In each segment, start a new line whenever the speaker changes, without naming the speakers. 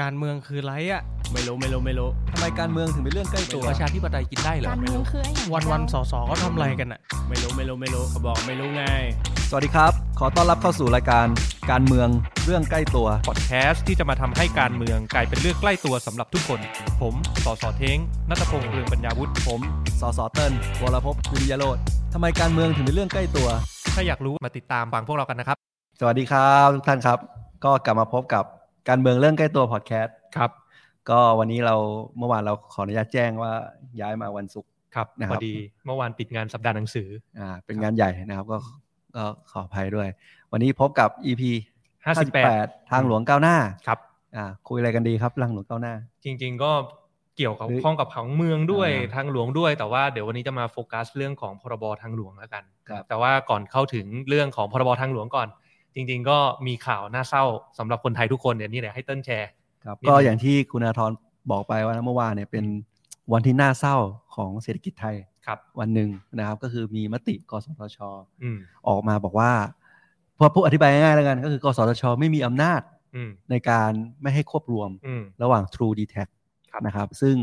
การเมืองคือไรอะ
ไม่รู้ไม่รู้ไม่รู้
ทำไมการเมืองถึงเป็นเรื่องใกล้ตัว
ไม่
ป
รู้
ระชาธิปไตยกินได้เหรอ
การเมืองคือไอ้อย่าง
วันวันๆส
ส
อสอเขาทำอะไรกันอะ
ไม่รู้ไม่รู้ไม่รู้เขาบอกไม่รู้ไง
สวัสดีครับ ขอต้อนรับเข้าสู่รายการการเมืองเรื่องใกล้ตัว
พอดแคสต์ที่จะมาทำให้การเมืองกลายเป็นเรื่องใกล้ตัวสำหรับทุกคน ผมสอสอเท้งนัตพงษ์เรืองปัญญาวุฒิ
ผมสอสอเติ้ลวรภพวิริยโรธทำไมการเมืองถึงเป็นเรื่องใกล้ตัว
ถ้าอยากรู้มาติดตามฟังพวกเรากันนะครับ
สวัสดีครับทุกท่านครับ ก็กลับมาพบกับการเมืองเรื่องใกล้ตัวพอดแคสต์
ครับ
ก็วันนี้เราเมื่อวานเราขออนุญาตแจ้งว่าย้ายมาวันศุกร์
ครับ
นะครับ
พอดีเมื่อวานติดงานสัปดาห์หนังสือ
อ่าเป็นงานใหญ่นะครับก็ก็ขออภัยด้วย วันนี้พบกับ EP
58
ทางหลวงก้าวหน้า
ครับ
อ่าคุยอะไรกันดีครับทางหลวงก้าวหน้า
จริงๆก็เกี่ยวกับ
หรือ
ข้องกับผังเมืองด้วย
อ่า
ทางหลวงด้วย แต่ว่าเดี๋ยววันนี้จะมาโฟกัสเรื่องของพรบทางหลวงแล้วกัน
ครับ
แต่ว่าก่อนเข้าถึงเรื่องของพรบทางหลวงก่อน จริง ๆ ก็มีข่าวน่าเศร้าสำหรับคนไทยทุกคนเดี๋ยวนี้เดี๋ยวให้เติ้ลแชร์
ครับ
นิด
ก็
นึง
อย่างที่คุณอาทรบอกไปว่าเมื่อวานเนี่ยเป็นวันที่น่าเศร้าของเศรษฐกิจไทย
ครับ
วันหนึ่งนะครับ ก็คือมีมติกสทช
อืม
ออกมาบอกว่าพอพูดอธิบายง่ายๆแล้วกัน ก็คือกสทช ไม่มีอำนาจ
อืม
ในการไม่ให้ควบรวม
อืม
ระหว่าง True d e t a c
ครับ
นะครับ ซึ่ง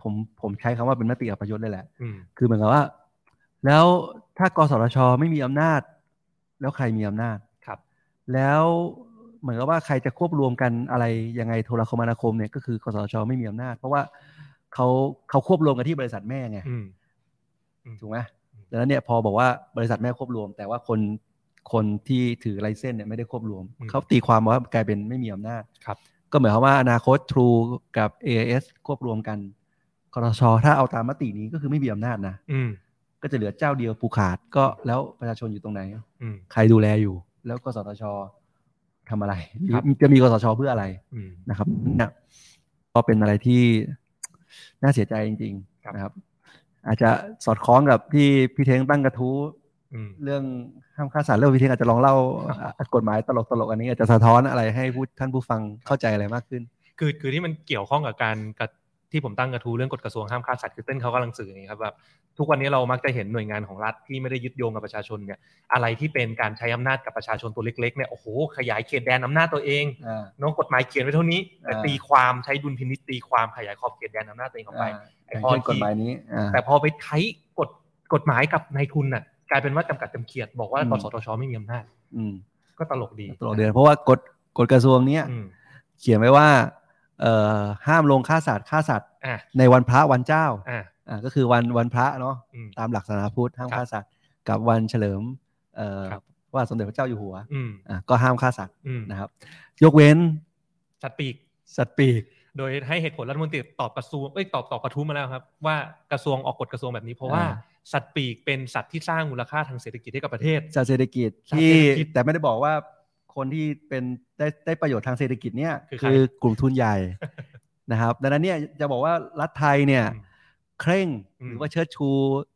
ผมผมใช้คำว่าเป็นมติอัปยศเลยแหละ
อืม
คือเหมือนกับว่า แล้วถ้ากสทช ไม่มีอำนาจ แล้วใครมีอำนาจ
ครับ
แล้วเหมือนกับว่าใครจะควบรวมกันอะไรยังไงโทรคมนาคมเนี่ยก็คือกสทชไม่มีอำนาจ เพราะว่าเขาเขาควบรวมกันที่บริษัทแม่ไง
อืม
ถูกไหมดังนั้นเนี่ยพอบอกว่าบริษัทแม่ควบรวม แต่ว่าคนคนที่ถือไลเซนส์เนี่ยไม่ได้ควบรวม
อืม
เขาตีความว่ากลายเป็นไม่มีอำนาจ
ครับ
ก็หมายความว่าอนาคต True กับ AIS ควบรวมกันกสทชถ้าเอาตามมตินี้ก็คือไม่มีอำนาจนะ
อืม
ก็จะเหลือเจ้าเดียวผูกขาดก็แล้วประชาชนอยู่ตรงไหน
อืม
ใครดูแลอยู่ แล้วกสทชทำอะไร
ครับ
จะมีกสทชเพื่ออะไร
อืม
นะครับนะก็เป็นอะไรที่น่าเสียใจจริง
ครับ
ๆนะครับ อาจจะสอดคล้องกับที่พี่เทงตั้งกระทู้
อืม
เรื่องห้ามฆ่าสัตว์เรื่องพี่เทงอาจจะลองเล่า อ่ะกฎหมายตลกๆอันนี้อาจจะสะท้อนอะไรให้ผู้ท่านผู้ฟังเข้าใจอะไรมากขึ้น
คือคือที่มันเกี่ยวข้องกับการกับที่ผมตั้งกระทู้เรื่องกฎกระทรวงห้ามฆ่าสัตว์คือเต้นเขากำลังสื่ออย่างนี้ครับแบบทุกวันนี้เรามักจะเห็นหน่วยงานของรัฐที่ไม่ได้ยึดโยงกับประชาชนเนี่ยอะไรที่เป็นการใช้อำนาจกับประชาชนตัวเล็กๆเนี่ยโอ้โหขยายเขตแดนอำนาจตัวเอง
อ่า
เน้องกฎหมายเขียนไว้เท่านี้แต่
อ่า
ตีความใช้ดุลพินิจตีความขยายขอบเขตแดนอำนาจตัวเองออกไป
อ่าอย่างเช่นกฎหมายนี้อ่า
แต่พอไปใช้กฎกฎหมายกับนายทุนน่ะกลายเป็นว่าจำกัดจำเขียดบอกว่า
อืม
กสทชไม่มีอำนาจ
อืม
ก็ตลกดี
ตลอดเดือนเพราะว่ากฎกฎกระทรวงเนี้ย
อืม
เขียนไว้ว่าเอ่อห้ามลงฆ่าสัตว์ฆ่าสัตว์
อ่ะ
ในวันพระวันเจ้า
อ่ะ
อ่าก็คือวันวันพระเนาะ
อืม
ตามหลักศาสนาพุทธห้าม
ครับ
ฆ่าสัตว์กับวันเฉลิมเอ่อ
ครับ
ว่าสมเด็จพระเจ้าอยู่หัว
อืม
อ่าก็ห้ามฆ่าสัตว์
อืม
นะครับ ยกเว้น
สัตว์ปีก
สัตว์ปีก
โดยให้เหตุผลรัฐมนตรีตอบกระทรวงเอ้ยตอบตอบกระทู้มาแล้วครับ ว่ากระทรวงออกกฎกระทรวงแบบนี้เพราะว่า
อ่า
สัตว์ปีกเป็นสัตว์ที่สร้างมูลค่าทางเศรษฐกิจให้กับประเทศ
สัตว์เศรษฐกิจ
สัตว์
ที่
เศรษฐกิจ
แต่ไม่ได้บอกว่าคนที่เป็นได้ได้ประโยชน์ทางเศรษฐกิจเนี่ย
คือใคร
กลุ่มทุนใหญ่ นะครับดังนั้นเนี่ยจะบอกว่ารัฐไทยเนี่ย
อืม
เคร่ง
อืม
หรือว่าเชิดชู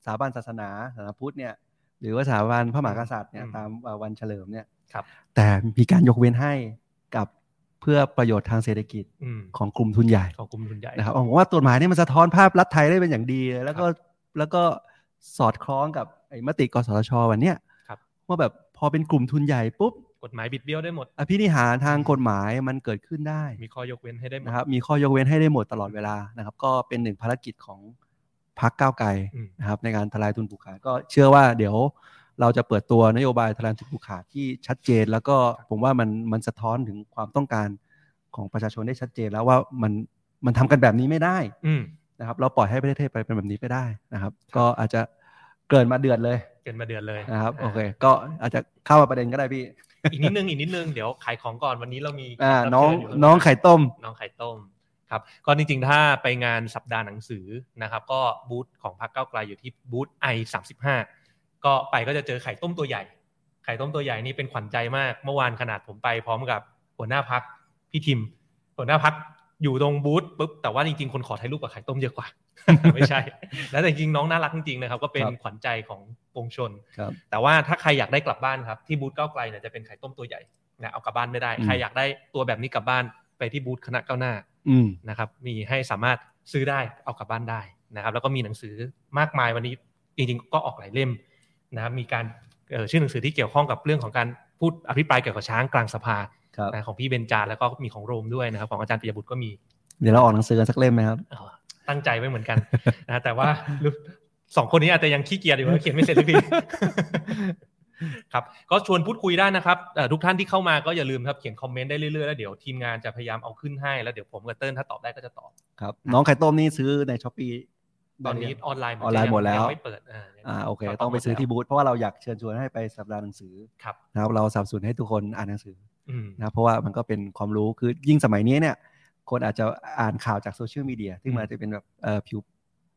สถาบันศาสนาศาสนาพุทธเนี่ยหรือว่าสถาบันพระมหากษัตริย์เนี่ย
อืม
ตามเอ่อวันเฉลิมเนี่ย
ครับ
แต่มีการยกเว้นให้กับเพื่อประโยชน์ทางเศรษฐกิจ
อืม
ของกลุ่มทุนใหญ่
ของกลุ่มทุนใหญ่
นะครับผมว่ากฎหมายเนี่ยมันสะท้อนภาพรัฐไทยได้เป็นอย่างดีเลยแล้วก็แล้วก็สอดคล้องกับไอ้มติกสทชวันเนี้ย
ครับ
ว่าแบบพอเป็นกลุ่มทุนใหญ่ปุ๊บ
กฎหมายบิดเบี้ยวได้หมด
อภินิหารทางกฎหมายมันเกิดขึ้นได้
มีข้อยกเว้นให้ได้หมด
นะครับมีข้อยกเว้นให้ได้หมดตลอดเวลานะครับก็เป็นหนึ่งภารกิจของพักก้าวไกล
อืม
นะครับในการทลายทุนผูกขาดก็เชื่อว่าเดี๋ยวเราจะเปิดตัวนโยบายทลายทุนผูกขาดที่ชัดเจน แล้วก็ผมว่ามันมันสะท้อนถึงความต้องการของประชาชนได้ชัดเจน แล้วว่ามันมันทำกันแบบนี้ไม่ได้
อืม
นะครับเราปล่อยให้ประเทศไปเป็นแบบนี้ไม่ได้นะครับ ก็อาจจะเกินมาเดือดเลย
เป็นมาเดือนเลย
นะครับ
า
โอเค ก็อาจจะเข้ามาประเด็นก็ได้พี่
อีกนิดนึงอีกนิดนึงเดี๋ยวขายของก่อนวันนี้เรามี
อ่า
รับ
น้อง
เชิญยู่
น้องไข่ต้ม
น้องไข่ต้มครับก็จริงๆ ถ้าไปงานสัปดาห์หนังสือนะครับ ก็บูธของพรรคก้าวไกลอยู่ที่บูธ i 3 5ก็ไปก็จะเจอไข่ต้มตัวใหญ่ ไข่ต้มตัวใหญ่นี่เป็นขวัญใจมาก เมื่อวานขนาดผมไปพร้อมกับหัวหน้าพักพี่ทิม หัวหน้าพักอยู่ตรงบูธปุ๊บแต่ว่าจริงๆ คนขอถ่ายรูปกับไข่ต้มเยอะกว่า ไม่ใช่ แล้วแต่จริงๆน้องน่ารักจริงๆนะครับ ก็เป็น
ครับ
ขวัญใจของปวงชน
ครับ
แต่ว่าถ้าใครอยากได้กลับบ้านครับ ที่บูธก้าวไกลเนี่ยจะเป็นไข่ต้มตัวใหญ่นะเอากลับบ้านไม่ได้
อืม
ใครอยากได้ตัวแบบนี้กลับบ้านไปที่บูธคณะก้าวหน้า
อืม
นะครับ มีให้สามารถซื้อได้เอากลับบ้านได้นะครับ แล้วก็มีหนังสือมากมายวันนี้จริงๆก็ออกหลายเล่มนะครับมีการเอ่อชื่อหนังสือที่เกี่ยวข้องกับเรื่องของการพูดอภิปรายเกี่ยวกับช้างกลางสภา
ครับ
นะของพี่เบนจาแล้วก็มีของโรมด้วยนะครับ ของอาจารย์ปิยบุตรก็มี
เดี๋ยวเราออกหนังสือกันสักเล่มไหมครับ
เอ่อตั้งใจไว้เหมือนกัน นะแต่ว่ารู้สองคนนี้อาจจะยังขี้เกียจอยู่นะเขียนไม่เสร็จสักที ครับก็ชวนพูดคุยได้นะครับเอ่อทุกท่านที่เข้ามาก็อย่าลืมครับเขียนคอมเมนต์ได้เรื่อยๆแล้วเดี๋ยวทีมงานจะพยายามเอาขึ้นให้แล้วเดี๋ยวผมกับเติ้ลถ้าตอบได้ก็จะตอบ
ครับ น้องไข่ต้มนี่ซื้อในช้อปปี้
ตอนนี้ออนไลน์
ออนไลน์หมดแล้ว
ยังไม่เปิดอ่า
อ่าโอเค ต้องไปซื้อที่บูธเพราะว่าเราอยากเชิญชวนให้ไปสัปดาห์หนังสือ
ครับ
นะครับเราสนับสนุนให้ทุกคนอ่านหนังสือ
อืม
นะครับเพราะว่ามันก็เป็นความรู้คือยิ่งสมัยนี้เนี่ย คนอาจจะอ่านข่าวจากโซเชียลมีเดียซึ่งมันอาจจะเป็นแบบเอ่อผิว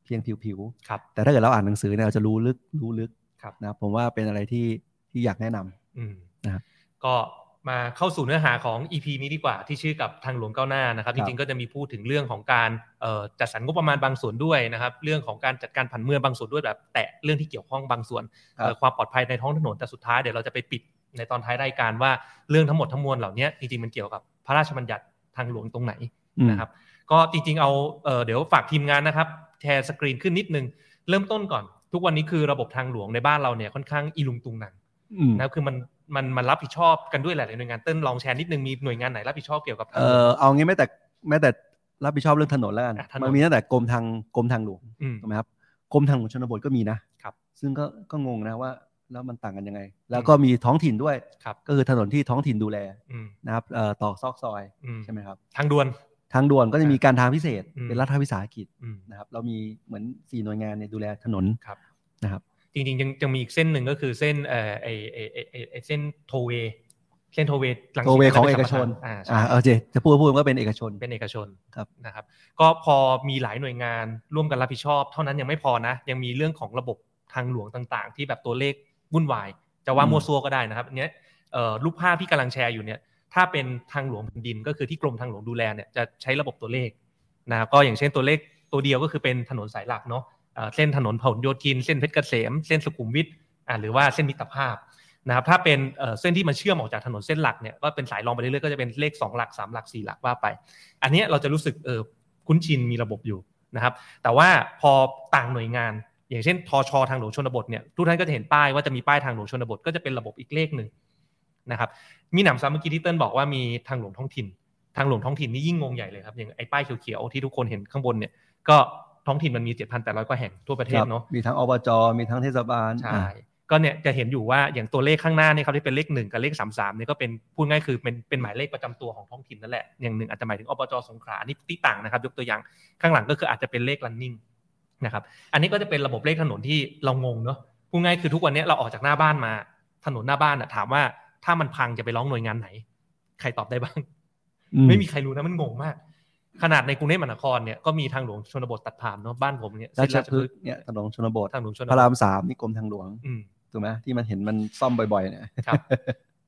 เพียงผิวผิวๆ
ครับ
แต่ถ้าเกิดเราอ่านหนังสือเนี่ยเราจะรู้ลึกรู้ลึก
ครับ
นะครับผมว่าเป็นอะไรที่ที่อยากแนะนำ
อืม
นะครับ
ก็มาเข้าสู่เนื้อหาของ EP นี้ดีกว่าที่ชื่อกับทางหลวงก้าวหน้านะครับ
ค
จ
รับ
ริงๆก็จะมีพูดถึงเรื่องของการเอ่อจัดสรรงบประมาณบางส่วนด้วยนะครับ เรื่องของการจัดการผันเมืองบางส่วนด้วยแบบแตะเรื่องที่เกี่ยวข้องบางส่วนเอ่อความปลอดภัยในท้องถนนแต่สุดท้ายเดี๋ยวเราจะไปปิดในตอนท้ายรายการว่าเรื่องทั้งหมดทั้งมวลเหล่านี้จริงๆมันเกี่ยวกับพระราชบัญญัติทางหลวงตรงไหน
อืม
นะครับก็จริงๆเอาเอ่อเดี๋ยวฝากทีมงานนะครับแชร์สกรีนขึ้นนิดนึง เริ่มต้นก่อน ทุกวันนี้คือระบบทางหลวงในบ้านเราเนี่ยค่อนข้างอีลุงตุงนัง
อืม
นะครับคือมันมันมันรับผิดชอบกันด้วยหลายๆหน่วยงานเต้นลองแชร์นิดนึงมีหน่วยงานไหนรับผิดชอบเกี่ยวกับทางหล
เอ่
วง
อเอางี้ไม่แต่ไม่แต่รับผิดชอบเรื่องถนนแล้วกัน
อ่ะถนน
มันมีตั้งแต่กรมทางกรมทางหลวง
ม
ถูกไหมครับกรมทางหลวงชนบทก็มีนะครับซึ่งก็ก็งงนะว่าแล้วมันต่างกันยังไง แล้วก็มีท้องถิ่นด้วย
ครับ
ก็คือถนนที่ท้องถิ่นดูแล
อืม
นะครับเอ่อตอกซอกซอย
อืม
ใช่ไหมครับ
ทางด่วน
ทางด่วนก็จะมีการทางพิเศษ
อืม
เป็นรัฐวิสาหกิจ
อืม
นะครับเรามีเหมือนสี่หน่วยงานเนี่ยดูแลถนน
ครับ
นะครับ
จริงๆยังยังมีอีกเส้นหนึ่งก็คือเส้นเอ่อไอไอไอไอ้ไอเส้นโทเวเส้นโทเวลัสิต
Tollway ของเอกชน
อ่าใช่
อ่าเออเจจะพูดก็พูดว่าเป็นเอกชน
เป็นเอกชน
ครับ
นะครับ ก็พอมีหลายหน่วยงานร่วมกันรับผิดชอบ เท่านั้นยังไม่พอนะ ยังมีเรื่องของระบบทางหลวงต่างๆ ที่แบบตัวเลขวุ่นวาย จะว่า
อืม
มัวซัวก็ได้นะครับอันเนี้ยเอ่อรูปภาพที่กำลังแชร์อยู่เนี่ย ถ้าเป็นทางหลวงแผ่นดินก็คือที่กรมทางหลวงดูแลเนี่ยจะใช้ระบบตัวเลขนะครับก็อย่างเช่นตัวเลขตัวเดียวก็คือเป็นถนนสายหลักเนาะเอ่อเส้นถนนพหลโยธิน เส้นเพชรเกษม เส้นสุขุมวิทอ่าหรือว่าเส้นมิตรภาพนะครับถ้าเป็นเอ่อเส้นที่มันเชื่อมออกจากถนนเส้นหลักเนี่ยก็เป็นสายรองไปเรื่อยๆก็จะเป็นเลขสองหลักสามหลักสี่หลักว่าไป อันเนี้ยเราจะรู้สึกเออคุ้นชินมีระบบอยู่นะครับ แต่ว่าพอต่างหน่วยงาน อย่างเช่นทชทางหลวงชนบทเนี่ยทุกท่านก็จะเห็นป้ายว่าจะมีป้ายทางหลวงชนบทก็จะเป็นระบบอีกเลขหนึ่งนะครับมีหนำซ้ำเมื่อกี้ที่เติ้ลบอกว่ามีทางหลวงท้องถิ่น ทางหลวงท้องถิ่นนี่ยิ่งงงใหญ่เลยครับอย่างไอ้ป้ายเขียวๆที่ทุกคนเห็นข้างบนเนี่ยก็ท้องถิ่นมันมี 7,800กว่าแห่งทั่วประเทศ
ครับ
เนาะ
มีทั้งอบจมีทั้งเทศบาล
ใช่
อ่า
ก็เนี่ยจะเห็นอยู่ว่าอย่างตัวเลขข้างหน้าเนี่ยครับที่เป็นเลขหนึ่งกับเลขสามสามเนี่ยก็เป็นพูดง่ายคือเป็นเป็นหมายเลขประจำตัวของท้องถิ่นนั่นแหละอย่างหนึ่งอาจจะหมายถึงอบจสงขลาอันนี่ที่ต่างนะครับ ยกตัวอย่างข้างหลังก็คืออาจจะเป็นเลข running นะครับอันนี้ก็จะเป็นระบบเลขถนนที่เรางงเนาะพูดง่ายคือทุกวันเนี้ยเราออกจากหน้าบ้านมา ถนนหน้าบ้านอะถามว่าถ้ามันพังจะไปร้องหน่วยงานไหน ใครตอบได้บ้าง
อืม
ไม่มีใครรู้นะมันงงมาก ขนาดในกรุงเทพมหานครเนี่ยก็มีทางหลวงชนบทตัดผ่านเนาะบ้านผมเนี่ย
รา
เส้น
ช
ราช
พ
พ
ฤ
ฤ
ก
กษ์
ษ์เนี่ยถนนชนบท
ทางหลวงชนบ
พระ
ท
รามสามนี่กรมทางหลวง
อืม
ถูกไหมที่มันเห็นมันซ่อมบ่อยๆเนี่ย
ครับ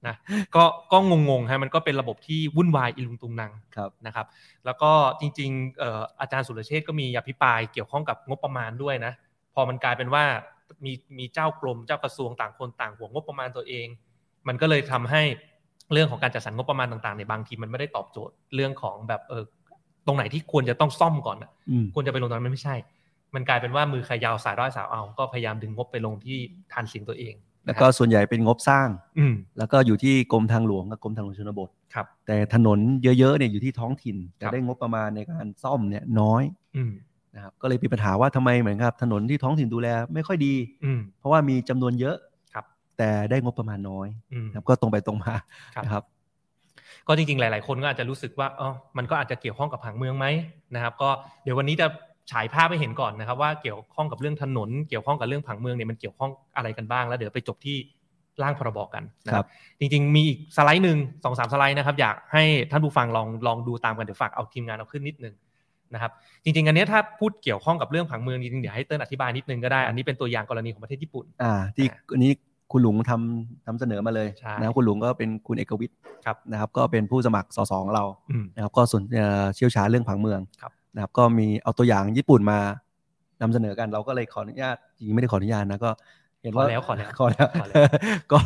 นะก็ก็งงๆฮะมันก็เป็นระบบที่วุ่นวายอิลุงตุงนัง
ครับ
นะครับ แล้วก็จริงๆเอ่ออาจารย์สุรเชษฐ์ก็มีอภิปรายเกี่ยวข้องกับงบประมาณด้วยนะ พอมันกลายเป็นว่ามีมีเจ้ากรมเจ้ากระทรวงต่างคนต่างห่วงงบประมาณตัวเอง มันก็เลยทำให้เรื่องของการจัดสรรงบประมาณต่างๆในยบางทีมันไม่ได้ตอบโจทย์เรื่องของแบบเออตรงไหนที่ควรจะต้องซ่อมก่อนอะ
อืม
ควรจะไปลงตอนนั้นมันไม่ใช่ มันกลายเป็นว่ามือใครยาวสายร้อยสาวเอา ก็พยายามดึงงบไปลงที่ทานเสียงตัวเอง
แล้วก็ส่วนใหญ่เป็นงบสร้าง
อืม
แล้วก็อยู่ที่กรมทางหลวงกับกรมทางหลวงชนบท
ครับ
แต่ถนนเยอะๆเนี่ยอยู่ที่ท้องถิ่น แต่
ครับ
ได้งบประมาณในการซ่อมเนี่ยน้อย
อืม
นะครับก็เลยมีปัญหาว่าทำไมเหมือนกับถนนที่ท้องถิ่นดูแลไม่ค่อยดี
อืม
เพราะว่ามีจำนวนเยอะ
ครับ
แต่ได้งบประมาณน้อย
อืม
นะครับก็ตรงไปตรงมา
ครับ
นะครับ
ก็จริงๆ หลาย ๆ คนก็อาจจะรู้สึกว่าอ๋อมันก็อาจจะเกี่ยวข้องกับผังเมืองไหมนะครับ ก็เดี๋ยววันนี้จะฉายภาพให้เห็นก่อนนะครับว่าเกี่ยวข้องกับเรื่องถนน เกี่ยวข้องกับเรื่องผังเมืองเนี่ยมันเกี่ยวข้องอะไรกันบ้าง แล้วเดี๋ยวไปจบที่ร่างพรบกันนะค
ครั
รับ
บ
จริง ๆ มีอีกสไลด์หนึ่งสองสามสไลด์นะครับ อยากให้ท่านผู้ฟังลองลองดูตามกันเดี๋ยวฝากเอาทีมงานเอาขึ้นนิดนึงนะครับ จริง ๆ อันเนี้ยถ้าพูดเกี่ยวข้องกับเรื่องผังเมืองจริงๆเดี๋ยวให้เติ้ลอธิบายนิดนึงก็ได้ อันนี้เป็นตัวอย่างกรณีของประเทศญี่ปุ่น
อ่าที่
อ่า
อันนี้คุณหลุงทำทำเสนอมาเลย
ใช่
นะครับคุณหลุงก็เป็นคุณเอกวิทย์
ครับ
นะครับก็เป็นผู้สมัครสสของเรา
อืม
นะครับก็สนเอ่อเชี่ยวชาญเรื่องผังเมือง
ครับ
นะครับก็มีเอาตัวอย่างญี่ปุ่นมานำเสนอกันเราก็เลยขออนุญาตจริงๆไม่ได้ขออนุญาตนะก็เห็นว่า
ขอแล้วขอแล้ว
ขอแล้ว
ขอแล้ว
ก็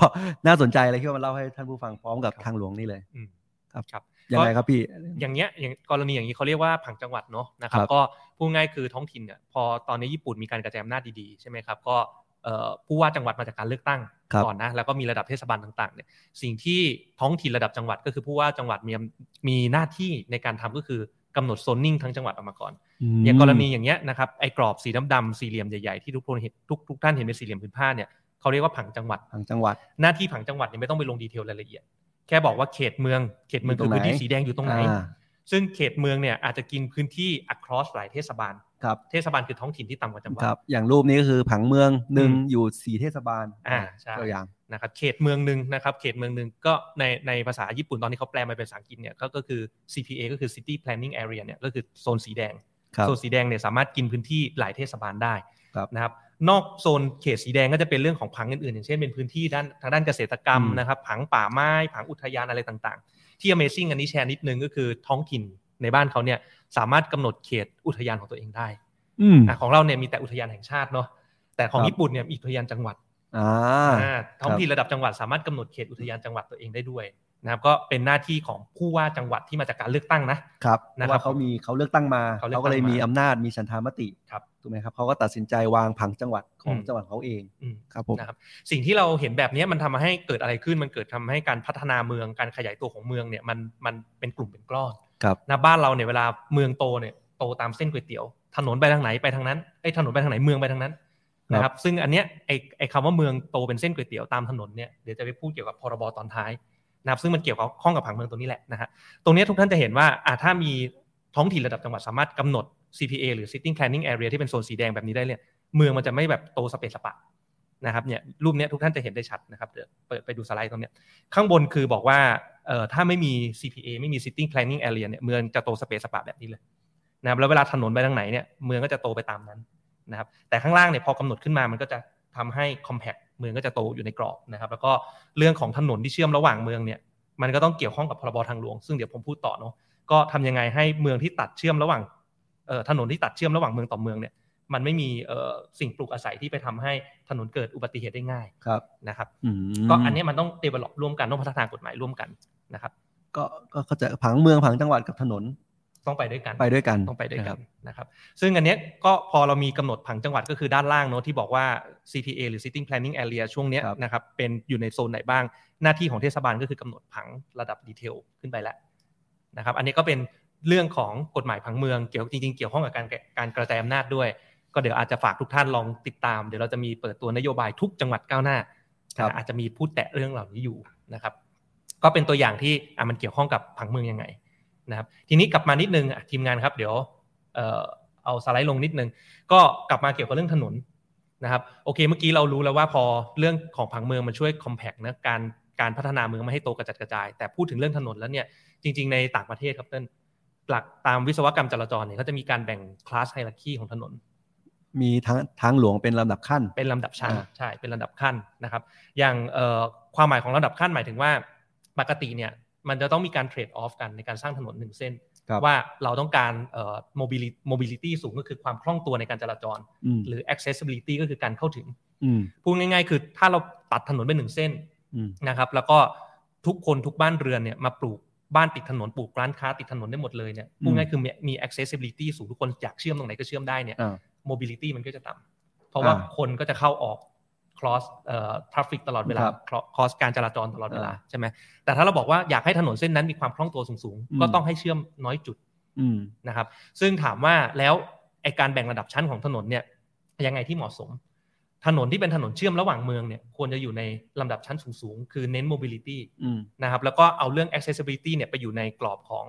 น่าสนใจเลยที่ว่ามาเล่าให้ท่านผู้ฟังพร้อมกับ
ครับ
ทางหลวงนี่เลย
อืม
ครับ
ครับ
ยังไงครับพี่
อย่างเงี้ยอย่างกรณีอย่างนี้เขาเรียกว่าผังจังหวัดเนาะนะครับ
ครับ
ก็พูดง่ายคือท้องถิ่นเนี่ยพอตอนนี้ญี่ปุ่นมีการกระจายอำนาจดีๆใช่ไหมครับก็ เอ่อผู้ว่าจังหวัดมาจากการเลือกตั้ง
ครับ
ก่อนนะแล้วก็มีระดับเทศบาลต่างๆเนี่ยสิ่งที่ท้องถิ่นระดับจังหวัดก็คือผู้ว่าจังหวัดมีมีหน้าที่ในการทำก็คือกำหนดโซนนิ่งทั้งจังหวัดออกมาก่อน
ม
อย่างกรณีอย่างเงี้ยนะครับไอ้กรอบสีดำๆสี่เหลี่ยมใหญ่ๆที่ทุกคนเห็นทุกทุกท่านเห็นเป็นสี่เหลี่ยมผืนผ้าเนี่ยเขาเรียกว่าผังจังหวัด
ทางจังหวัด
หน้าที่ผังจังหวัดเนี่ยไม่ต้องไปลงดีเทลรายละเอียด แค่บอกว่าเขตเมืองเขตเมืองคือ
อยู่ตรงไหน
พื้นที่สีแดงอยู่ตรงไหน
อ่า
ซึ่งเขตเมืองเนี่ยอาจจะกินพื้นที่ across หลายเทศบาล
ครับ
เทศบาลคือท้องถิ่นที่ต่ำกว่าจังหวัด
ครับ อย่างรูปนี้ก็คือผังเมืองหนึ่ง
อืม
อยู่สี่เทศบาล
อ่าใช่
ตัวอย่าง
นะครับเขตเมืองหนึ่งนะครับเขตเมืองหนึ่งก็ในในภาษาญี่ปุ่นตอนนี้เขาแปลมาเป็นภาษาอังกฤษเนี่ยก็ก็คือ CPA ก็คือ City Planning Area เนี่ยก็คือโซนสีแดง
ครับ
โซนสีแดงเนี่ยสามารถกินพื้นที่หลายเทศบาลได้
ครับ
นะครับนอกโซนเขตสีแดงก็จะเป็นเรื่องของผังอื่นๆ อย่างเช่นเป็นพื้นที่ด้านทางด้านเกษตรกรรม
อืม
นะครับผังป่าไม้ผังอุทยานอะไรต่างๆ ที่ Amazing อันนี้แชร์นิดนึงก็คือท้องถิ่นในบ้านเขาเนี่ยสามารถกำหนดเขตอุทยานของตัวเองได้
อืม
อ่ะของเราเนี่ยมีแต่อุทยานแห่งชาติเนาะแต่ของญี่ปุ่นเนี่ยมีอุทยานจังหวัด
อ่า
อ่าท้องถิ่นระดับจังหวัดสามารถกำหนดเขตอุทยานจังหวัดตัวเองได้ด้วยนะครับก็เป็นหน้าที่ของผู้ว่าจังหวัดที่มาจากการเลือกตั้งนะ
ครับเพ
นะค
ราะ
รั
ว่า
บ
เขามีเขาเลือกตั้งมา
เขาเลือกตั้งมา
เขาก็เลยมีอำนาจมีฉันทามติ
ครับ
ถูกไหมครับเขาก็ตัดสินใจวางผังจังหวัดของ
อืม
จังหวัดเขาเอง
อืม
ครับผม
นะครับสิ่งที่เราเห็นแบบนี้มันทำให้เกิดอะไรขึ้นมันเกิดทำให้การพัฒนาเมืองการขยายตัวของเมืองเนี่ยมันมันเป็นกลุ่มเป็นก้อน
ครับ
นะบ้านเราเนี่ยเวลาเมืองโตเนี่ยโตตามเส้นก๋วยเตี๋ยว ถนนไปทางไหนไปทางนั้นไอ้ยถนนไปทางไหนเมืองไปทางนั้นนะครับซึ่งอันเนี้ยไอ้ไอ้คำว่าเมืองโตเป็นเส้นก๋วยเตี๋ยวตามถนนเนี่ยเดี๋ยวจะไปพูดเกี่ยวกับพรบตอนท้ายนะครับซึ่งมันเกี่ยวกับข้องกับผังเมืองตัวนี้แหละนะฮะ ตรงเนี้ยทุกท่านจะเห็นว่าอ่ะถ้ามีท้องถิ่นระดับจังหวัดสามารถกำหนด CPA หรือ Sitting Planning Area ที่เป็นโซนสีแดงแบบนี้ได้เนี่ยเมืองมันจะไม่แบบโตสเปซสปะนะครับเนี่ยรูปเนี้ยทุกท่านจะเห็นได้ชัดนะครับเดี๋ยวเปิดไปดูสไลด์ตรงเนี้ยข้างบนคือบอกว่าเอ่อถ้าไม่มี CPA ไม่มี Sitting Planning Area เนี่ยเมืองจะโตสเปซสปะแบบนี้เลยนะครับแล้วเวลาถนนไปทางไหนเนี่ยเมืองก็จะโตไปตามนั้นนะครับแต่ข้างล่างเนี่ยพอกำหนดขึ้นมามันก็จะทำให้ compact เมืองก็จะโตอยู่ในกรอบนะครับแล้วก็เรื่องของถนนที่เชื่อมระหว่างเมืองเนี่ย มันก็ต้องเกี่ยวข้องกับพรบทางหลวง ซึ่งเดี๋ยวผมพูดต่อเนาะก็ทำยังไงให้เมืองที่ตัดเชื่อมระหว่างเอ่อถนนที่ตัดเชื่อมระหว่างเมืองต่อเมืองเนี่ยมันไม่มีเอ่อสิ่งปลูกอาศัยที่ไปทำให้ถนนเกิดอุบัติเหตุได้ง่าย
ครับ
นะครับ
อืม
ก็อันเนี้ยมันต้อง develop ร่วมกันต้องพัฒนากฎหมายร่วมกันนะครับ
ก็ก็เข้าใจผังเมืองผังจังหวัดกับถนน
ต้องไปด้วยกัน
ไปด้วยกัน
ต้องไปด้วยกั
ะคน รับ
นะครับ ซึ่งอันเนี้ยก็พอเรามีกำหนดผังจังหวัดก็คือด้านล่างเนอะที่บอกว่า CPA หรือ Sitting Planning Area ช่วงเนี้ย
ครับ
นะครับเป็นอยู่ในโซนไหนบ้าง หน้าที่ของเทศบาลก็คือกำหนดผังระดับดีเทลขึ้นไปแล้วนะครับ อันนี้ก็เป็นเรื่องของกฎหมายผังเมืองเกี่ยวจริงๆ เกี่ยวข้องกับการการกระจายอำนาจด้วย ก็เดี๋ยวอาจจะฝากทุกท่านลองติดตาม เดี๋ยวเราจะมีเปิดตัวนโยบายทุกจังหวัดก้าวหน้า
ครับ
อาจจะมีพูดแตะเรื่องเหล่านี้อยู่นะครับ ก็เป็นตัวอย่างที่อ่ะมันเกี่ยวข้องกับผังเมืองยังไงนะครับ ทีนี้กลับมานิดนึงอ่ะทีมงานครับ เดี๋ยวเอ่อเอาสไลด์ลงนิดนึง ก็กลับมาเกี่ยวกับเรื่องถนนนะครับโอเคเมื่อกี้เรารู้แล้วว่าพอเรื่องของผังเมืองมันช่วย compact นะการการพัฒนาเมืองไม่ให้โตกระจัดกระจาย แต่พูดถึงเรื่องถนนแล้วเนี่ยจริง ๆ ในต่างประเทศครับเต้นหลักตามวิศวกรรมจราจรเนี่ยเขาจะมีการแบ่งคลาสไฮรักีของถนน
มีทางทางหลวงเป็นลำดับขั้น
เป็นลำดับชั้น
อ่า
ใช่เป็นลำดับขั้นนะครับ อย่างเอ่อความหมายของลำดับขั้นหมายถึงว่าปกติเนี่ยมันจะต้องมีการเทรดออฟกันในการสร้างถนนหนึ่งเส้น
ครับ
ว่าเราต้องการเอ่อ mobility mobility สูงก็คือความคล่องตัวในการจราจร
อืม
หรือ accessibility ก็คือการเข้าถึง
อืม
พูดง่ายๆ คือถ้าเราตัดถนนเป็นหนึ่งเส้น
อืม
นะครับ แล้วก็ทุกคนทุกบ้านเรือนเนี่ยมาปลูกบ้านติดถนนปลูกร้านค้าติดถนนได้หมดเลยเนี่ยพูดง่ายๆคือมีมี accessibility สูงทุกคนอยากเชื่อมตรงไหนก็เชื่อมได้เนี่ย
อ่า
mobility มันก็จะต่ำเพราะว่า
อ่า
คนก็จะเข้าออก cross เอ่อ traffic ตลอดเวลา
ครับ
cross การจราจรตลอดเวลา
อ่า
ใช่ไหมแต่ถ้าเราบอกว่าอยากให้ถนนเส้นนั้นมีความคล่องตัวสูง
อืม
ๆ ก็ต้องให้เชื่อมน้อยจุด
อืม
นะครับ ซึ่งถามว่าแล้วไอการแบ่งระดับชั้นของถนนเนี่ยยังไงที่เหมาะสม ถนนที่เป็นถนนเชื่อมระหว่างเมืองเนี่ยควรจะอยู่ในลำดับชั้นสูงๆ คือเน้น mobility
อืม
นะครับแล้วก็เอาเรื่อง accessibility เนี่ยไปอยู่ในกรอบของ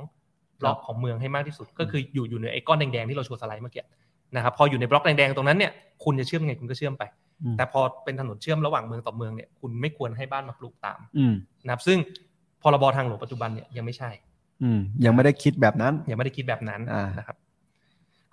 บล็อก
ครับ
ของเมืองให้มากที่สุด ก็คืออยู่อยู่ในไอ้ก้อนแดงๆที่เราโชว์สไลด์เมื่อกี้นะครับพออยู่ในบล็อกแดงๆตรงนั้นเนี่ยคุณจะเชื่อมยังไงคุณก็เชื่อมไป
อืม
แต่พอเป็นถนนเชื่อมระหว่างเมืองต่อเมืองเนี่ยคุณไม่ควรให้บ้านมาปลูกตาม
อืม
นะครับซึ่งพรบทางหลวงปัจจุบันเนี่ยยังไม่ใช่
อืมยังไม่ได้คิดแบบนั้น
ยังไม่ได้คิดแบบนั้น
อ่าน
นะครับ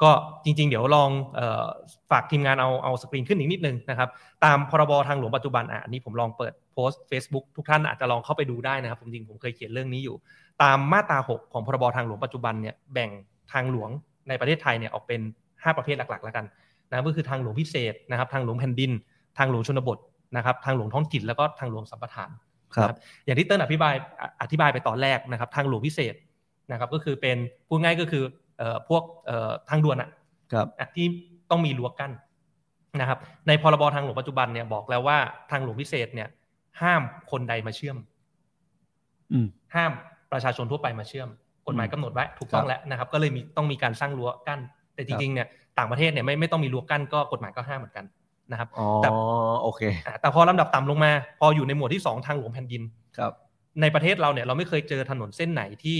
ก็จริง ๆ เดี๋ยวลองเออฝากทีมงานเอาเอาสกรีนขึ้นอีกนิดนึงนะครับ ตามพรบทางหลวงปัจจุบันอ่ะอันนี้ผมลองเปิดโพสต์ Facebook ทุกท่านอาจจะลองเข้าไปดูได้นะครับ ผมจริงผมเคยเขียนเรื่องนี้อยู่ ตามมาตรา 6 ของพรบทางหลวงปัจจุบันเนี่ยแบ่งทางหลวงในประเทศไทยเนี่ยออกเป็น 5 ประเภทหลักๆ แล้วกันนะครับก็คือทางหลวงพิเศษนะครับ ทางหลวงแผ่นดิน ทางหลวงชนบทนะครับ ทางหลวงท้องถิ่นแล้วก็ทางหลวงสัมปทาน
ครับ
อย่างที่เติ้ลอธิบายออธิบายไปตอนแรกนะครับ ทางหลวงพิเศษนะครับก็คือเป็นพูดง่ายก็คือเอ่อพวกเอ่อทางด่วนอะ
ครับ
อ่ะที่ต้องมีรั้วกั้น นะครับ ในพรบทางหลวงปัจจุบันเนี่ยบอกแล้วว่าทางหลวงพิเศษเนี่ย ห้ามคนใดมาเชื่อม
อืม
ห้ามประชาชนทั่วไปมาเชื่อม กฎหมายกำหนดไว้ถูกต้อง
ครับ
แล้วนะครับ ก็เลยมีต้องมีการสร้างรั้วกั้น แต่จ
ครั
ริง
บ
ๆเนี่ยต่างประเทศเนี่ยไม่ไม่ต้องมีรั้วกั้นก็กฎหมายก็ห้ามเหมือนกันนะครับ
อ๋อ
แต่
โอเค
อ่าแต่พอลำดับต่ำลงมา พออยู่ในหมวดที่ 2 ทางหลวงแผ่นดิน
ครับ
ในประเทศเราเนี่ยเราไม่เคยเจอถนนเส้นไหนที่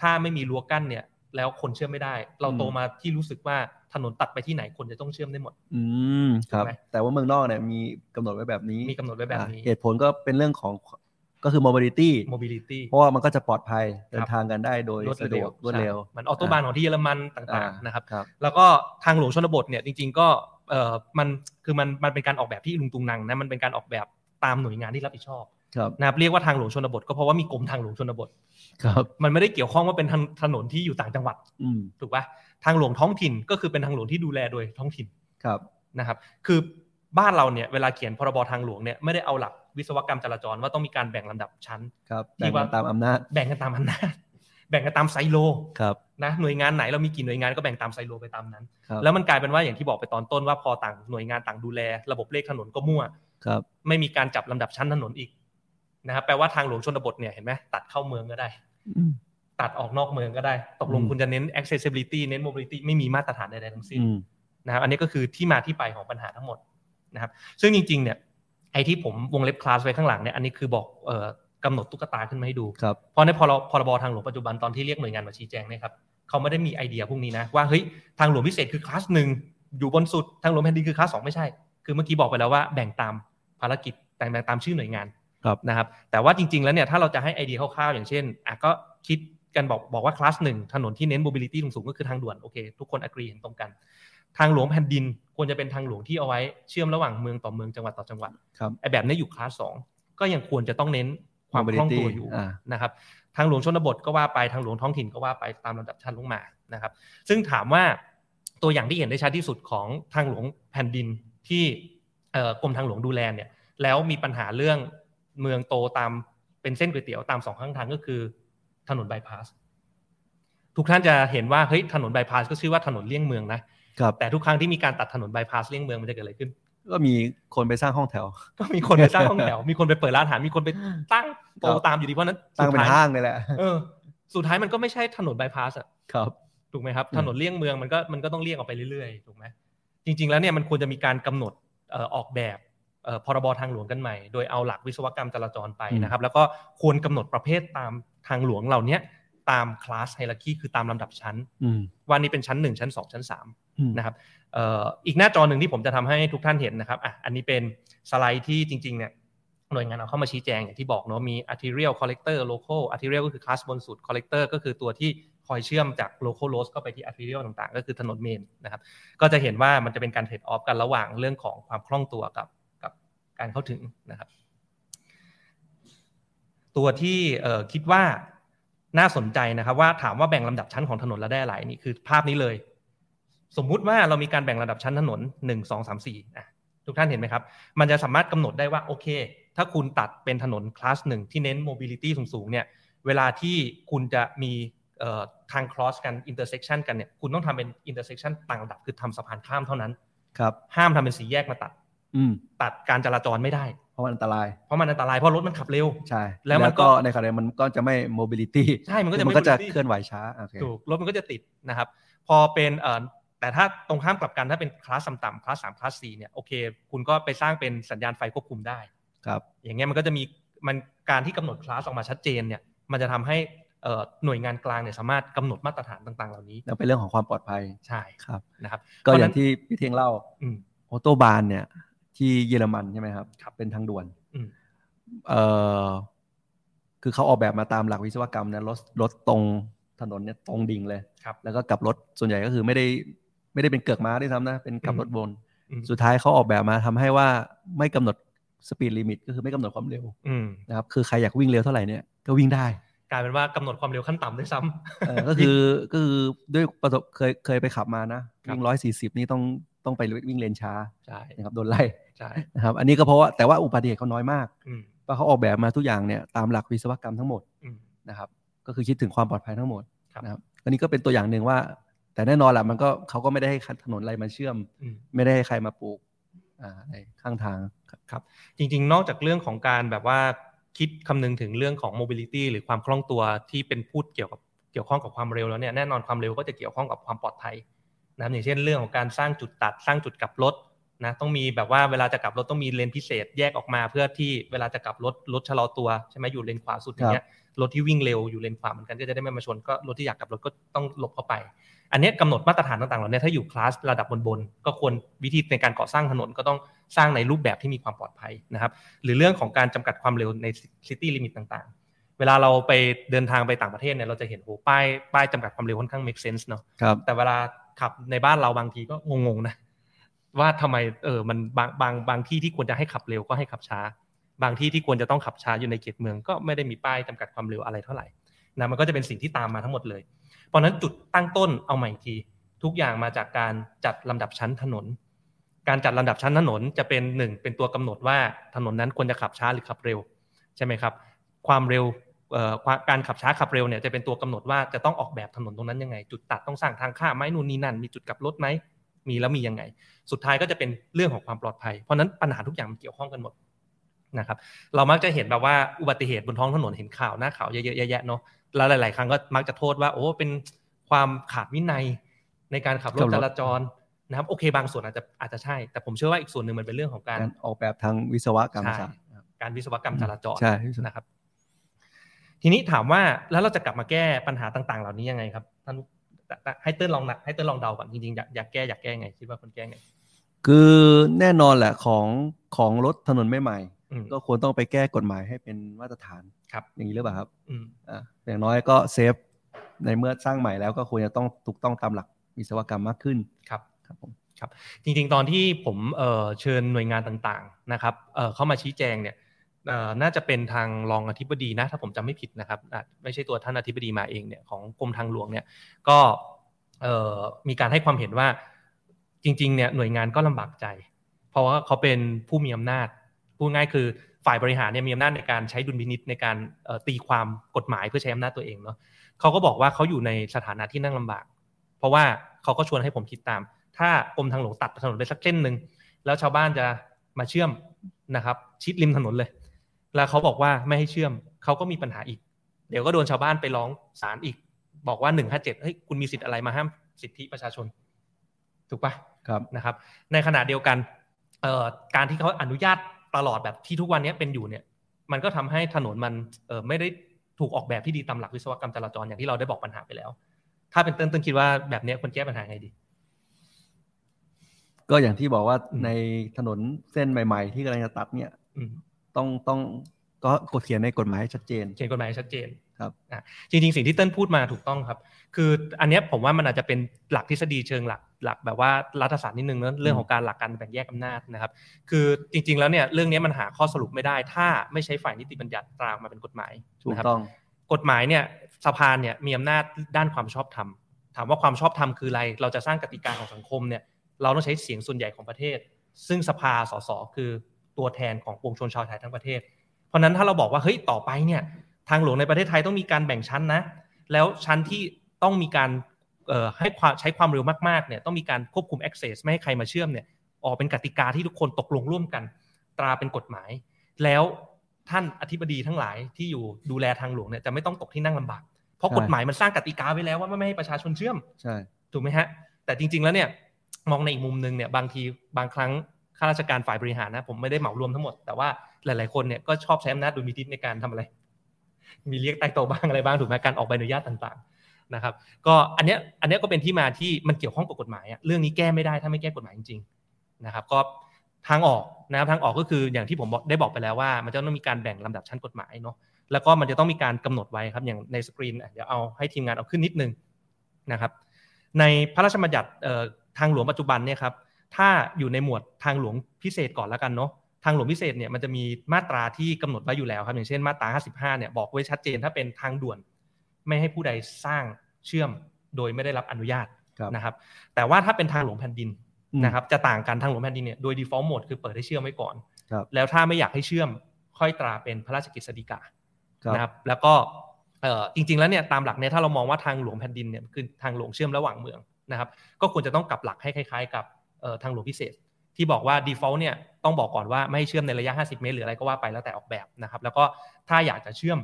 ถ้าไม่มีรั้วกั้นเนี่ย แล้วคนเชื่อมไม่ได้ เราโต
อืม
มาที่รู้สึกว่าถนนตัดไปที่ไหนคนจะต้องเชื่อมได้หมด
อืมครับ
ถูกไหม
แต่ว่าเมืองนอกเนี่ยมีกำหนดไว้แบบนี้
มีกำหนดไว้แบบนี้
อ่ะเหตุผลก็เป็นเรื่องของก็คือ mobility
mobility
เพราะว่ามันก็จะปลอดภัยเดิ
ครั
น
บ
ทางกันได้โดยสะดวกรวดเร็ว
ใช่เหมือนออโตบานของที่เยอรมันต่างๆ
อ่าน
นะครับ
ครับ
แล้วก็ทางหลวงชนบทเนี่ยจริงๆก็เออมันคือมันมันเป็นการออกแบบที่ลุงตุงนังนะมันเป็นการออกแบบตามหน่วยงานที่รับผิดชอบ
ครับ
นะครับเรียกว่าทางหลวงชนบทก็เพราะว่ามีกรมทางหลวงชนบท
ครับ
มันไม่ได้เกี่ยวข้องว่าเป็นถนนถนนที่อยู่ต่างจังหวัด
อืม
ถูกปะทางหลวงท้องถิ่นก็คือเป็นทางหลวงที่ดูแลโดยท้องถิ่น
ครับ
นะครับ คือบ้านเราเนี่ยเวลาเขียนพรบทางหลวงเนี่ยไม่ได้เอาหลักวิศวกรรมจราจรว่าต้องมีการแบ่งลำดับชั้น
ครับ
ที่
แบ่ง
ว่า
กันตามอำนาจ
แบ่งกันตามอำนาจ แบ่งกันตามไซโล
ครับ
นะหน่วยงานไหนเรามีกี่หน่วยงานก็แบ่งตามไซโลไปตามนั้น
ครับ
แล้วมันกลายเป็นว่าอย่างที่บอกไปตอนต้นว่าพอต่างหน่วยงานต่างดูแล ระบบเลขถนนก็มั่ว
ครับ
ไม่มีการจับลำดับชั้นถนนอีกนะครับแปลว่าทางหลวงชนบทเนี่ยเห็นไหมตัดเข้าเมืองก็ได้
อืม
ตัดออกนอกเมืองก็ได้ ตกลง
อืม
คุณจะเน้น accessibility เน้น mobility ไม่มีมาตรฐานใดๆทั้งสิ้น
อืม
นะครับอันนี้ก็คือที่มาที่ไปของปัญหาทั้งหมดนะครับ ซึ่งจริงๆเนี่ยไอ้ที่ผมวงเล็บคลาสไว้ข้างหลังเนี่ยอันนี้คือบอกเอ่อกำหนดตุ๊กตาขึ้นมาให้ดู
ครับ
เพราะในพรพรบทางหลวงปัจจุบันตอนที่เรียกหน่วยงานมาชี้แจงเนี่ยครับเขาไม่ได้มีไอเดียพวกนี้นะว่าเฮ้ยทางหลวงพิเศษคือคลาสหนึ่งอยู่บนสุดทางหลวงแผ่นดินคือคลาสสองไม่ใช่ คือเมื่อกี้บอกไปแล้วว่าแบ่งตามภารกิจแบ่งตามชื่อหน่วยงาน
ครับ
นะครับแต่ว่าจริงๆ แล้วเนี่ยถ้าเราจะให้ไอเดียคร่าวๆ อย่างเช่นอ่ะก็คิดกันบอกบอกว่าคลาสหนึ่งถนนที่เน้น mobility สูงๆก็คือทางด่วนโอเคทุกคน agree เห็นตรงกัน ทางหลวงแผ่นดินควรจะเป็นทางหลวงที่เอาไว้เชื่อมระหว่างเมืองต่อเมืองจังหวัดต่อจังหวัด
ครับ
ไอแบบนี้อยู่คลาสสองก็ยังควรจะต้องเน้นความคล่องตัวอยู่
mobility อ่า
นะครับทางหลวงชนบทก็ว่าไปทางหลวงท้องถิ่นก็ว่าไปตามลำดับชั้นลงมานะครับ ซึ่งถามว่าตัวอย่างที่เห็นได้ชัดที่สุดของทางหลวงแผ่นดินที่เอ่อกรมทางหลวงดูแลเนี่ย แล้วมีปัญหาเรื่องเมืองโตตามเป็นเส้นก๋วยเตี๋ยวตามสองข้างทางก็คือถนนบายพาสทุกท่านจะเห็นว่าเฮ้ยถนนบายพาสก็ชื่อว่าถนนเลี่ยงเมืองนะครับ แต่ทุกครั้งที่มีการตัดถนนบายพาสเลี่ยงเมืองมันจะเกิดอะไรขึ้น
ก็มีคนไปสร้างห้องแถว
ก็มีคนไปสร้างห้องแถวมีคนไปเปิดร้านอาหารมีคนไปตั้งโตะตามอยู่ดีเพราะฉะนั้น
ตั้งเป็
สุ
น
ดท้ย
ห้างเลยแหละ
เออ สุดท้ายมันก็ไม่ใช่ถนนบายพาสอะ
ครับ
ถูกไหมครับ
อืม
ถนนเลี่ยงเมืองมันก็มันก็ต้องเลี่ยงออกไปเรื่อยๆถูกไหมจริง ๆ แล้วเนี่ยมันควรจะมีการกำหนดเอ่อออกแบบเอ่อพรบทางหลวงกันใหม่ โดยเอาหลักวิศวกรรมจราจรไปนะครับ แล้วก็ควรกำหนดประเภทตามทางหลวงเหล่าเนี้ยตามคลาสไฮรักีคือตามลำดับชั้น
อืม
ว่านี่เป็นชั้น 1 ชั้น 2 ชั้น
อืม
3 นะครับเอ่ออีกหน้าจอหนึ่งที่ผมจะทำให้ทุกท่านเห็นนะครับอ่ะอันนี้เป็นสไลด์ที่จริงๆเนี่ยหน่วยงานเอาเข้ามาชี้แจงอย่างที่บอกเนาะมี arterial collector local arterial ก็คือคลาสบนสุด collector ก็คือตัวที่คอยเชื่อมจาก local roads ก็ไปที่ arterial ต่างๆ ก็คือถนนเมนนะครับก็จะเห็นว่ามันจะเป็นการ trade off กันระหว่างเรื่องของความคล่องตัวกับกับการเข้าถึงนะครับ ตัวที่เอ่อคิดว่าน่าสนใจนะครับ ว่าถามว่าแบ่งลำดับชั้นของถนนแล้วได้อะไรนี่คือภาพนี้เลย สมมุติว่าเรามีการแบ่งลำดับชั้นถนนหนึ่งสองสามสี่อ่ะทุกท่านเห็นไหมครับ มันจะสามารถกำหนดได้ว่าโอเค ถ้าคุณตัดเป็นถนนคลาสหนึ่งที่เน้นโมบิลิตี้สูงๆเนี่ยเวลาที่คุณจะมีเอ่อทางครอสกันอินเตอร์เซ็กชันกันเนี่ยคุณต้องทำเป็นอินเตอร์เซ็กชันต่างระดับคือทำสะพานข้ามเท่านั้น
ครับ
ห้ามทำเป็นสีแยกมาตัด
อืม
ตัดการจราจรไม่ได้
เพราะมันอันตราย
เพราะมันอันตรายเพราะรถมันขับเร็ว
ใช่
แล้วมันก็
ในขณะเดียวกันมันก็จะไม่ mobility
ใช่มันก็จะ
มัน
ไม่
ก็จะ
mobility
เคลื่อนไหวช้าโอเค
ถูกรถมันก็จะติดนะครับ พอเป็นเอ่อแต่ถ้าตรงข้ามกลับกันถ้าเป็นคลาสต่ำๆคลาสสามคลาสสี่เนี่ยโอเค คุณก็ไปสร้างเป็นสัญญาณไฟควบคุมได้
ครับ
อย่างเงี้ยมันก็จะมีมันการที่กำหนดคลาสออกมาชัดเจนเนี่ยมันจะทำให้เอ่อหน่วยงานกลางเนี่ยสามารถกำหนดมาตรฐานต่างๆ เหล่านี้
แล้วเป็นเรื่องของความปลอดภัย
ใช่
ครับ
นะครับ
ก็
เพระ
อ
ฉะ
ย่า
นั้
ง
น
ที่พี่เทียงเล่า
อืม
ออโตบานเนี่ย ที่เยอรมันใช่ไหมครับ
ครับ
เป็นทางด่วน
อืม
เอ่อคือเขาออกแบบมาตามหลักวิศวกรรมนะรถรถตรงถนนเนี่ยตรงดิ่งเลย
ครับ
แล้วก็กลับรถส่วนใหญ่ก็คือไม่ได้ไม่ได้เป็นเกือกม้าด้วยซ้ำนะ เป็นกลับ
อืม
รถวน
อืม
สุดท้ายเขาออกแบบมาทำให้ว่าไม่กำหนดสปีดลิมิตก็คือไม่กำหนดความเร็ว
อืม
นะครับ คือใครอยากวิ่งเร็วเท่าไหร่เนี่ยก็วิ่งได้
กลายเป็นว่ากำหนดความเร็วขั้นต่ำด้วยซ้ำ
เอ อก็คือก็คือด้วยประสบเคยเคยไปขับมานะครับ วิ่งร้อยสี่สิบนี่ต้องต้องไปวิ่งเลนช้า
ใช่
นะครับโดนไล่
ใช่
นะครับอันนี้ก็เพราะว่าแต่ว่าอุบัติเหตุเขาน้อยมาก
อืม
เพราะเขาออกแบบมาทุกอย่างเนี่ยตามหลักวิศวกรรมทั้งหมด
อืม
นะครับก็คือคิดถึงความปลอดภัยทั้งหมด
ครับ
นะครับอันนี้ก็เป็นตัวอย่างหนึ่งว่า แต่แน่นอนแหละมันก็เขาก็ไม่ได้ให้ถนนอะไรมาเชื่อม
อืม
ไม่ได้ให้ใครมาปลูก อ่าในข้างทาง
ครับจริงๆ นอกจากเรื่องของการแบบว่าคิดคำนึงถึงเรื่องของ mobility หรือความคล่องตัวที่เป็นพูดเกี่ยวกับเกี่ยวข้องกับความเร็วแล้วเนี่ยแน่นอนความเร็วก็จะเกี่ยวข้องกับความปลอดภัยนะครับอย่างเช่นเรื่องของการสร้างจุดตัดสร้างจุดกลับรถนะต้องมีแบบว่าเวลาจะกลับรถต้องมีเลนพิเศษแยกออกมา เพื่อที่เวลาจะกลับรถรถชะลอตัวใช่ไหมอยู่เลนขวาสุดอย่างเงี้ยรถที่วิ่งเร็วอยู่เลนขวาเหมือนกันก็จะได้ไม่มาชนก็รถที่อยากกลับรถก็ต้องหลบเข้าไป อันเนี้ยกำหนดมาตรฐานต่างๆเหล่าเนี้ยถ้าอยู่คลาสระดับบนๆก็ควรวิธีในการก่อสร้างถนนก็ต้องสร้างในรูปแบบที่มีความปลอดภัยนะครับ หรือเรื่องของการจำกัดความเร็วในซิตี้ลิมิตต่างๆ เวลาเราไปเดินทางไปต่างประเทศเนี่ยเราจะเห็นโอ้ป้ายป้ายจำกัดความเร็วค่อนข้าง make sense เนาะ
ครับ
แต่เวลาขับในบ้านเราบางทีก็งงๆนะว่าทำไมเออมันบางบางบางที่ที่ควรจะให้ขับเร็วก็ให้ขับช้า บางที่ที่ควรจะต้องขับช้าอยู่ในเขตเมือง ก็ไม่ได้มีป้ายจำกัดความเร็วอะไรเท่าไหร่นะมันก็จะเป็นสิ่งที่ตามมาทั้งหมดเลย เพราะฉะนั้นจุดตั้งต้นเอาใหม่อีกที ทุกอย่างมาจากการจัดลำดับชั้นถนน การจัดลำดับชั้นถนนจะเป็นหนึ่งเป็นตัวกำหนดว่าถนนนั้นควรจะขับช้าหรือขับเร็วใช่ไหมครับ ความเร็วเอ่อความการขับช้าขับเร็วเนี่ยจะเป็นตัวกำหนดว่าจะต้องออกแบบถนนตรงนั้นยังไง จุดตัดต้องสร้างทางข้ามไหมนู่นนี่นั่น มีจุดกลับรถไหมมีแล้วมียังไง สุดท้ายก็จะเป็นเรื่องของความปลอดภัย เพราะฉะนั้นปัญหาทุกอย่างมันเกี่ยวข้องกันหมดนะครับ เรามักจะเห็นแบบว่าอุบัติเหตุบนท้องถนนเห็นข่าวหน้าข่าวเยอะๆแยะๆเนาะ แล้วหลาย ๆ ครั้งก็มักจะโทษว่าโอ้เป็นความขาดวินัยในการขับรถ
ขับรถ
จราจรนะครับโอเค บางส่วนอาจจะอาจจะใช่ แต่ผมเชื่อว่าอีกส่วนหนึ่งมันเป็นเรื่องของการ
การออกแบบทางวิศวกรรมศาสตร์ครับ
การวิศวกรรมจราจร
ใช่วิศว
นะครับ ทีนี้ถามว่าแล้วเราจะกลับมาแก้ปัญหาต่าง ๆ เหล่านี้ยังไงครับท่านให้เติ้ลลองนะให้เติ้ลลองเดาก่อนจริงๆอยากอยากแก้อยากแก้ไงคิดว่าคนแก้ไง
คือแน่นอนแหละของของรถถนนใหม่
อืม
ๆ ก็ควรต้องไปแก้กฎหมายให้เป็นมาตรฐาน
ครับ
อย่างนี้หรือเปล่าครับ
อืม
อ่ะอย่างน้อยก็เซฟในเมื่อสร้างใหม่แล้วก็ควรจะต้องถูกต้องตามหลักวิศวกรรมมากขึ้น
ครับ
ครับผม
จริงๆ ตอนที่ผมเอ่อเชิญหน่วยงานต่างๆนะครับเอ่อเข้ามาชี้แจงเนี่ยเอ่อน่าจะเป็นทางรองอธิบดีนะถ้าผมจำไม่ผิดนะครับอ่ะไม่ใช่ตัวท่านอธิบดีมาเองเนี่ยของกรมทางหลวงเนี่ยก็เอ่อมีการให้ความเห็นว่าจริงๆเนี่ยหน่วยงานก็ลำบากใจ เพราะว่าเขาเป็นผู้มีอำนาจพูดง่ายคือฝ่ายบริหารเนี่ยมีอำนาจในการใช้ดุลพินิษในการเอ่อตีความกฎหมายเพื่อใช้อำนาจตัวเองเนาะ เขาก็บอกว่าเขาอยู่ในสถานะที่นั่งลำบาก เพราะว่าเขาก็ชวนให้ผมคิดตาม ถ้ากรมทางหลวงตัดถนนไปสักเส้นหนึ่งแล้วชาวบ้านจะมาเชื่อมนะครับ ชิดริมถนนเลย แล้วเขาบอกว่าไม่ให้เชื่อมเขาก็มีปัญหาอีก เดี๋ยวก็โดนชาวบ้านไปร้องศาลอีก บอกว่าหนึ่งห้าเจ็ดเฮ้ยคุณมีสิทธิ์อะไรมาห้ามสิทธิประชาชน ถูกปะ
ครับ
นะครับในขณะเดียวกันเอ่อการที่เขาอนุญาตตลอดแบบที่ทุกวันนี้เป็นอยู่เนี่ยมันก็ทำให้ถนนมันเอ่อไม่ได้ถูกออกแบบที่ดีตามหลักวิศวกรรมจราจรอย่างที่เราได้บอกปัญหาไปแล้ว ถ้าเป็นเต้นเต้นคิดว่าแบบเนี้ยควรแก้ปัญหาไงดี
ก็อย่างที่บอกว่า
อืม
ในถนนเส้นใหม่ ๆ ที่กำลังจะตัดเนี่ย
อืม
ต้องต้องก็กดเขียนในกฎหมายให้ชัดเจน
เขียนกฎหมายให้ชัดเจน
ครับ
อ่ะจริงๆ สิ่งที่เต้นพูดมาถูกต้องครับ คืออันเนี้ยผมว่ามันอาจจะเป็นหลักทฤษฎีเชิงหลักหลักแบบว่ารัฐศาสตร์นิดนึงเนอะเรื่องของการหลักการแบ่งแยกอำนาจนะครับ คือจริง ๆ แล้วเนี่ยเรื่องเนี้ยมันหาข้อสรุปไม่ได้ ถ้าไม่ใช้ฝ่ายนิติบัญญัติตราออกมาเป็นกฎหมาย
ถูก
นะครับ
ต้อง
กฎหมายเนี่ยสภาเนี่ยมีอำนาจด้านความชอบธรรม ถามว่าความชอบธรรมคืออะไร เราจะสร้างกติกาของสังคมเนี่ยเราต้องใช้เสียงส่วนใหญ่ของประเทศ ซึ่งสภาสสคือตัวแทนของปวงชนชาวไทยทั้งประเทศ เพราะฉะนั้นถ้าเราบอกว่าเฮ้ยต่อไปเนี่ยทางหลวงในประเทศไทยต้องมีการแบ่งชั้นนะ แล้วชั้นที่ต้องมีการเอ่อให้ความใช้ความเร็วมากๆเนี่ยต้องมีการควบคุม access ไม่ให้ใครมาเชื่อมเนี่ยออกเป็นกติกาที่ทุกคนตกลงร่วมกัน ตราเป็นกฎหมาย แล้วท่านอธิบดีทั้งหลายที่อยู่ดูแลทางหลวงเนี่ยจะไม่ต้องตกที่นั่งลำบาก เพราะ
ใช่
กฎหมายมันสร้างกติกาไว้แล้วว่าไม่ให้ประชาชนเชื่อม
ใช่
ถูกไหมฮะ แต่จริง ๆ แล้วเนี่ยมองในอีกมุมหนึ่งเนี่ยบางทีบางครั้งข้าราชการฝ่ายบริหารนะผมไม่ได้เหมารวมทั้งหมด แต่ว่าหลาย ๆ คนเนี่ยก็ชอบใช้อำนาจดุลพินิจในการทำอะไร มีเรียกใต้โต๊ะบ้างอะไรบ้างถูกไหมการออกใบอนุญาตต่างๆนะครับ ก็อันเนี้ยอันเนี้ยก็เป็นที่มาที่มันเกี่ยวข้องกับกฎหมายอะเรื่องนี้แก้ไม่ได้ถ้าไม่แก้กฎหมายจริงๆนะครับ ก็ทางออกนะครับทางออกก็คืออย่างที่ผมบอกได้บอกไปแล้วว่า มันจะต้องมีการแบ่งลำดับชั้นกฎหมายเนาะ แล้วก็มันจะต้องมีการกำหนดไว้ครับอย่างในสกรีนอ่ะเดี๋ยวเอาให้ทีมงานเอาขึ้นนิดนึงนะครับ ในพระราชบัญญัติเอ่อทางหลวงปัจจุบันเนี่ยครับถ้าอยู่ในหมวดทางหลวงพิเศษก่อนแล้วกันเนาะทางหลวงพิเศษเนี่ยมันจะมีมาตราที่กำหนดไว้อยู่แล้วครับอย่างเช่นมาตรา 55 เนี่ยบอกไว้ชัดเจนถ้าเป็นทางด่วน ไม่ให้ผู้ใดสร้างเชื่อมโดยไม่ได้รับอนุญาต
ครับ
นะครับแต่ว่าถ้าเป็นทางหลวงแผ่นดิน
อืม
นะครับจะต่างกันทางหลวงแผ่นดินเนี่ยโดย default mode คือเปิดให้เชื่อมไว้ก่อน
ครับ
แล้วถ้าไม่อยากให้เชื่อมค่อยตราเป็นพระราชกฤษฎีกา
ครับ
นะครับแล้วก็เอ่อจริง ๆ แล้วเนี่ยตามหลักเนี่ยถ้าเรามองว่าทางหลวงแผ่นดินเนี่ยคือทางหลวงเชื่อมระหว่างเมืองนะครับก็ควรจะต้องกลับหลักให้คล้าย ๆ กับเอ่อทางหลวงพิเศษ ที่บอกว่า default เนี่ยต้องบอกก่อนว่าไม่ให้เชื่อมในระยะ 50 เมตรหรืออะไรก็ว่าไปแล้วแต่ออกแบบนะครับ แล้วก็ถ้าอยากจะเชื่อม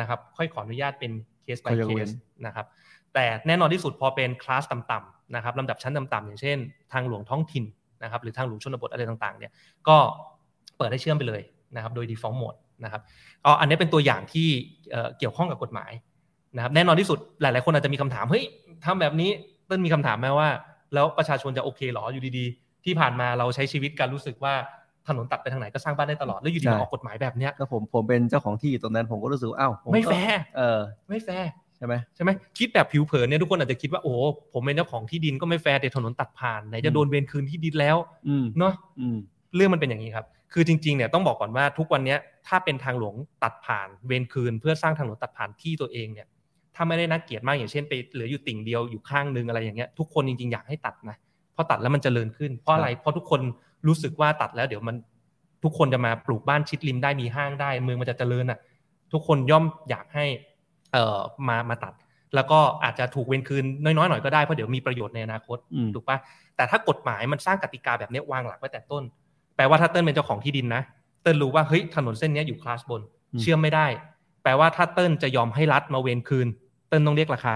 นะครับ ค่อยขออนุญาตเป็น case
ค่
by
อยยกเว้น
case นะครับแต่แน่นอนที่สุดพอเป็นคลาสต่ำๆนะครับลำดับชั้นต่ำๆอย่างเช่น ทางหลวงท้องถิ่นนะครับหรือทางหลวงชนบทอะไรต่างๆเนี่ยก็เปิดให้เชื่อมไปเลยนะครับโดย default mode นะครับก็อันนี้เป็นตัวอย่างที่เอ่อเกี่ยวข้องกับกฎหมาย นะครับแน่นอนที่สุดหลายๆ คนอาจจะมีคำถามเฮ้ยทำแบบนี้เต้นมีคำถามไหมว่า แล้วประชาชนจะโอเคเหรออยู่ดีๆ ที่ผ่านมาเราใช้ชีวิตการรู้สึกว่าถนนตัดไปทางไหนก็สร้างบ้านได้ตลอดแล้วอยู่ดี
ใช่
มาออกกฎหมายแบบเนี้ย
ก็ผมผมเป็นเจ้าของที่อยู่ตรงนั้นผมก็รู้สึกว่าอ้าวผก็
ไม่แฟร์
เออ
ไม่แฟร์
ใช่ไหม
ใช่ไหมคิดแบบผิวเผินเนี่ยทุกคนอาจจะคิดว่าโอ้โหผมเป็นเจ้าของที่ดินก็ไม่แฟร์แต่ถนนตัดผ่านไหน
อื
จะ
ม
โดนเวรคืนที่ดินแล้ว
อืม
เนาะ
อืม
เรื่องมันเป็นอย่างนี้ครับ คือจริงๆ เนี่ยต้องบอกก่อนว่าทุกวันเนี้ยถ้าเป็นทางหลวงตัดผ่านเวรคืน เพื่อสร้างทางหลวงตัดผ่านที่ตัวเองเนี่ย ถ้าไม่ได้น่าเกลียดมากอย่างเช่นไปเหลืออยู่ติ่งเดียวอยู่ข้างนึงอะไรอย่างเงี้ยทุกคนจริงๆ อยากให้ตัดนะ เพราะตัดแล้วมันจเจริญขึ้น เพราะอะไร เพราะทุกคนรู้สึกว่าตัดแล้วเดี๋ยวมันทุกคนจะมาปลูกบ้านชิดริมได้มีห้างได้ เมืองมันจะเจริญอ่ะ ทุกคนย่อมอยากให้เอ่อมามาตัด แล้วก็อาจจะถูกเวรคืนน้อยๆหน่อยก็ได้เพราะเดี๋ยวมีประโยชน์ในอนาคต
อืม
ถูกปะแต่ถ้ากฎหมายมันสร้างกติกาแบบเนี้ยวางหลักไว้แต่ต้น แปลว่าถ้าเติ้ลเป็นเจ้าของที่ดินนะ เติ้ลรู้ว่าเฮ้ยถนนเส้นเนี้ยอยู่คลาสบน
อืม
เชื่อมไม่ได้ แปลว่าถ้าเติ้ลจะยอมให้รัฐมาเวรคืน เติ้ลต้องเรียกราคา